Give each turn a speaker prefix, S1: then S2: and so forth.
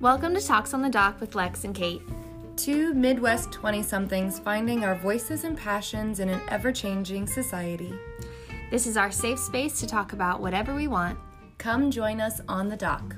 S1: Welcome to Talks on the Dock with Lex and Kate.
S2: Two Midwest 20 somethings finding our voices and passions in an ever changing society.
S1: This is our safe space to talk about whatever we want.
S2: Come join us on the dock.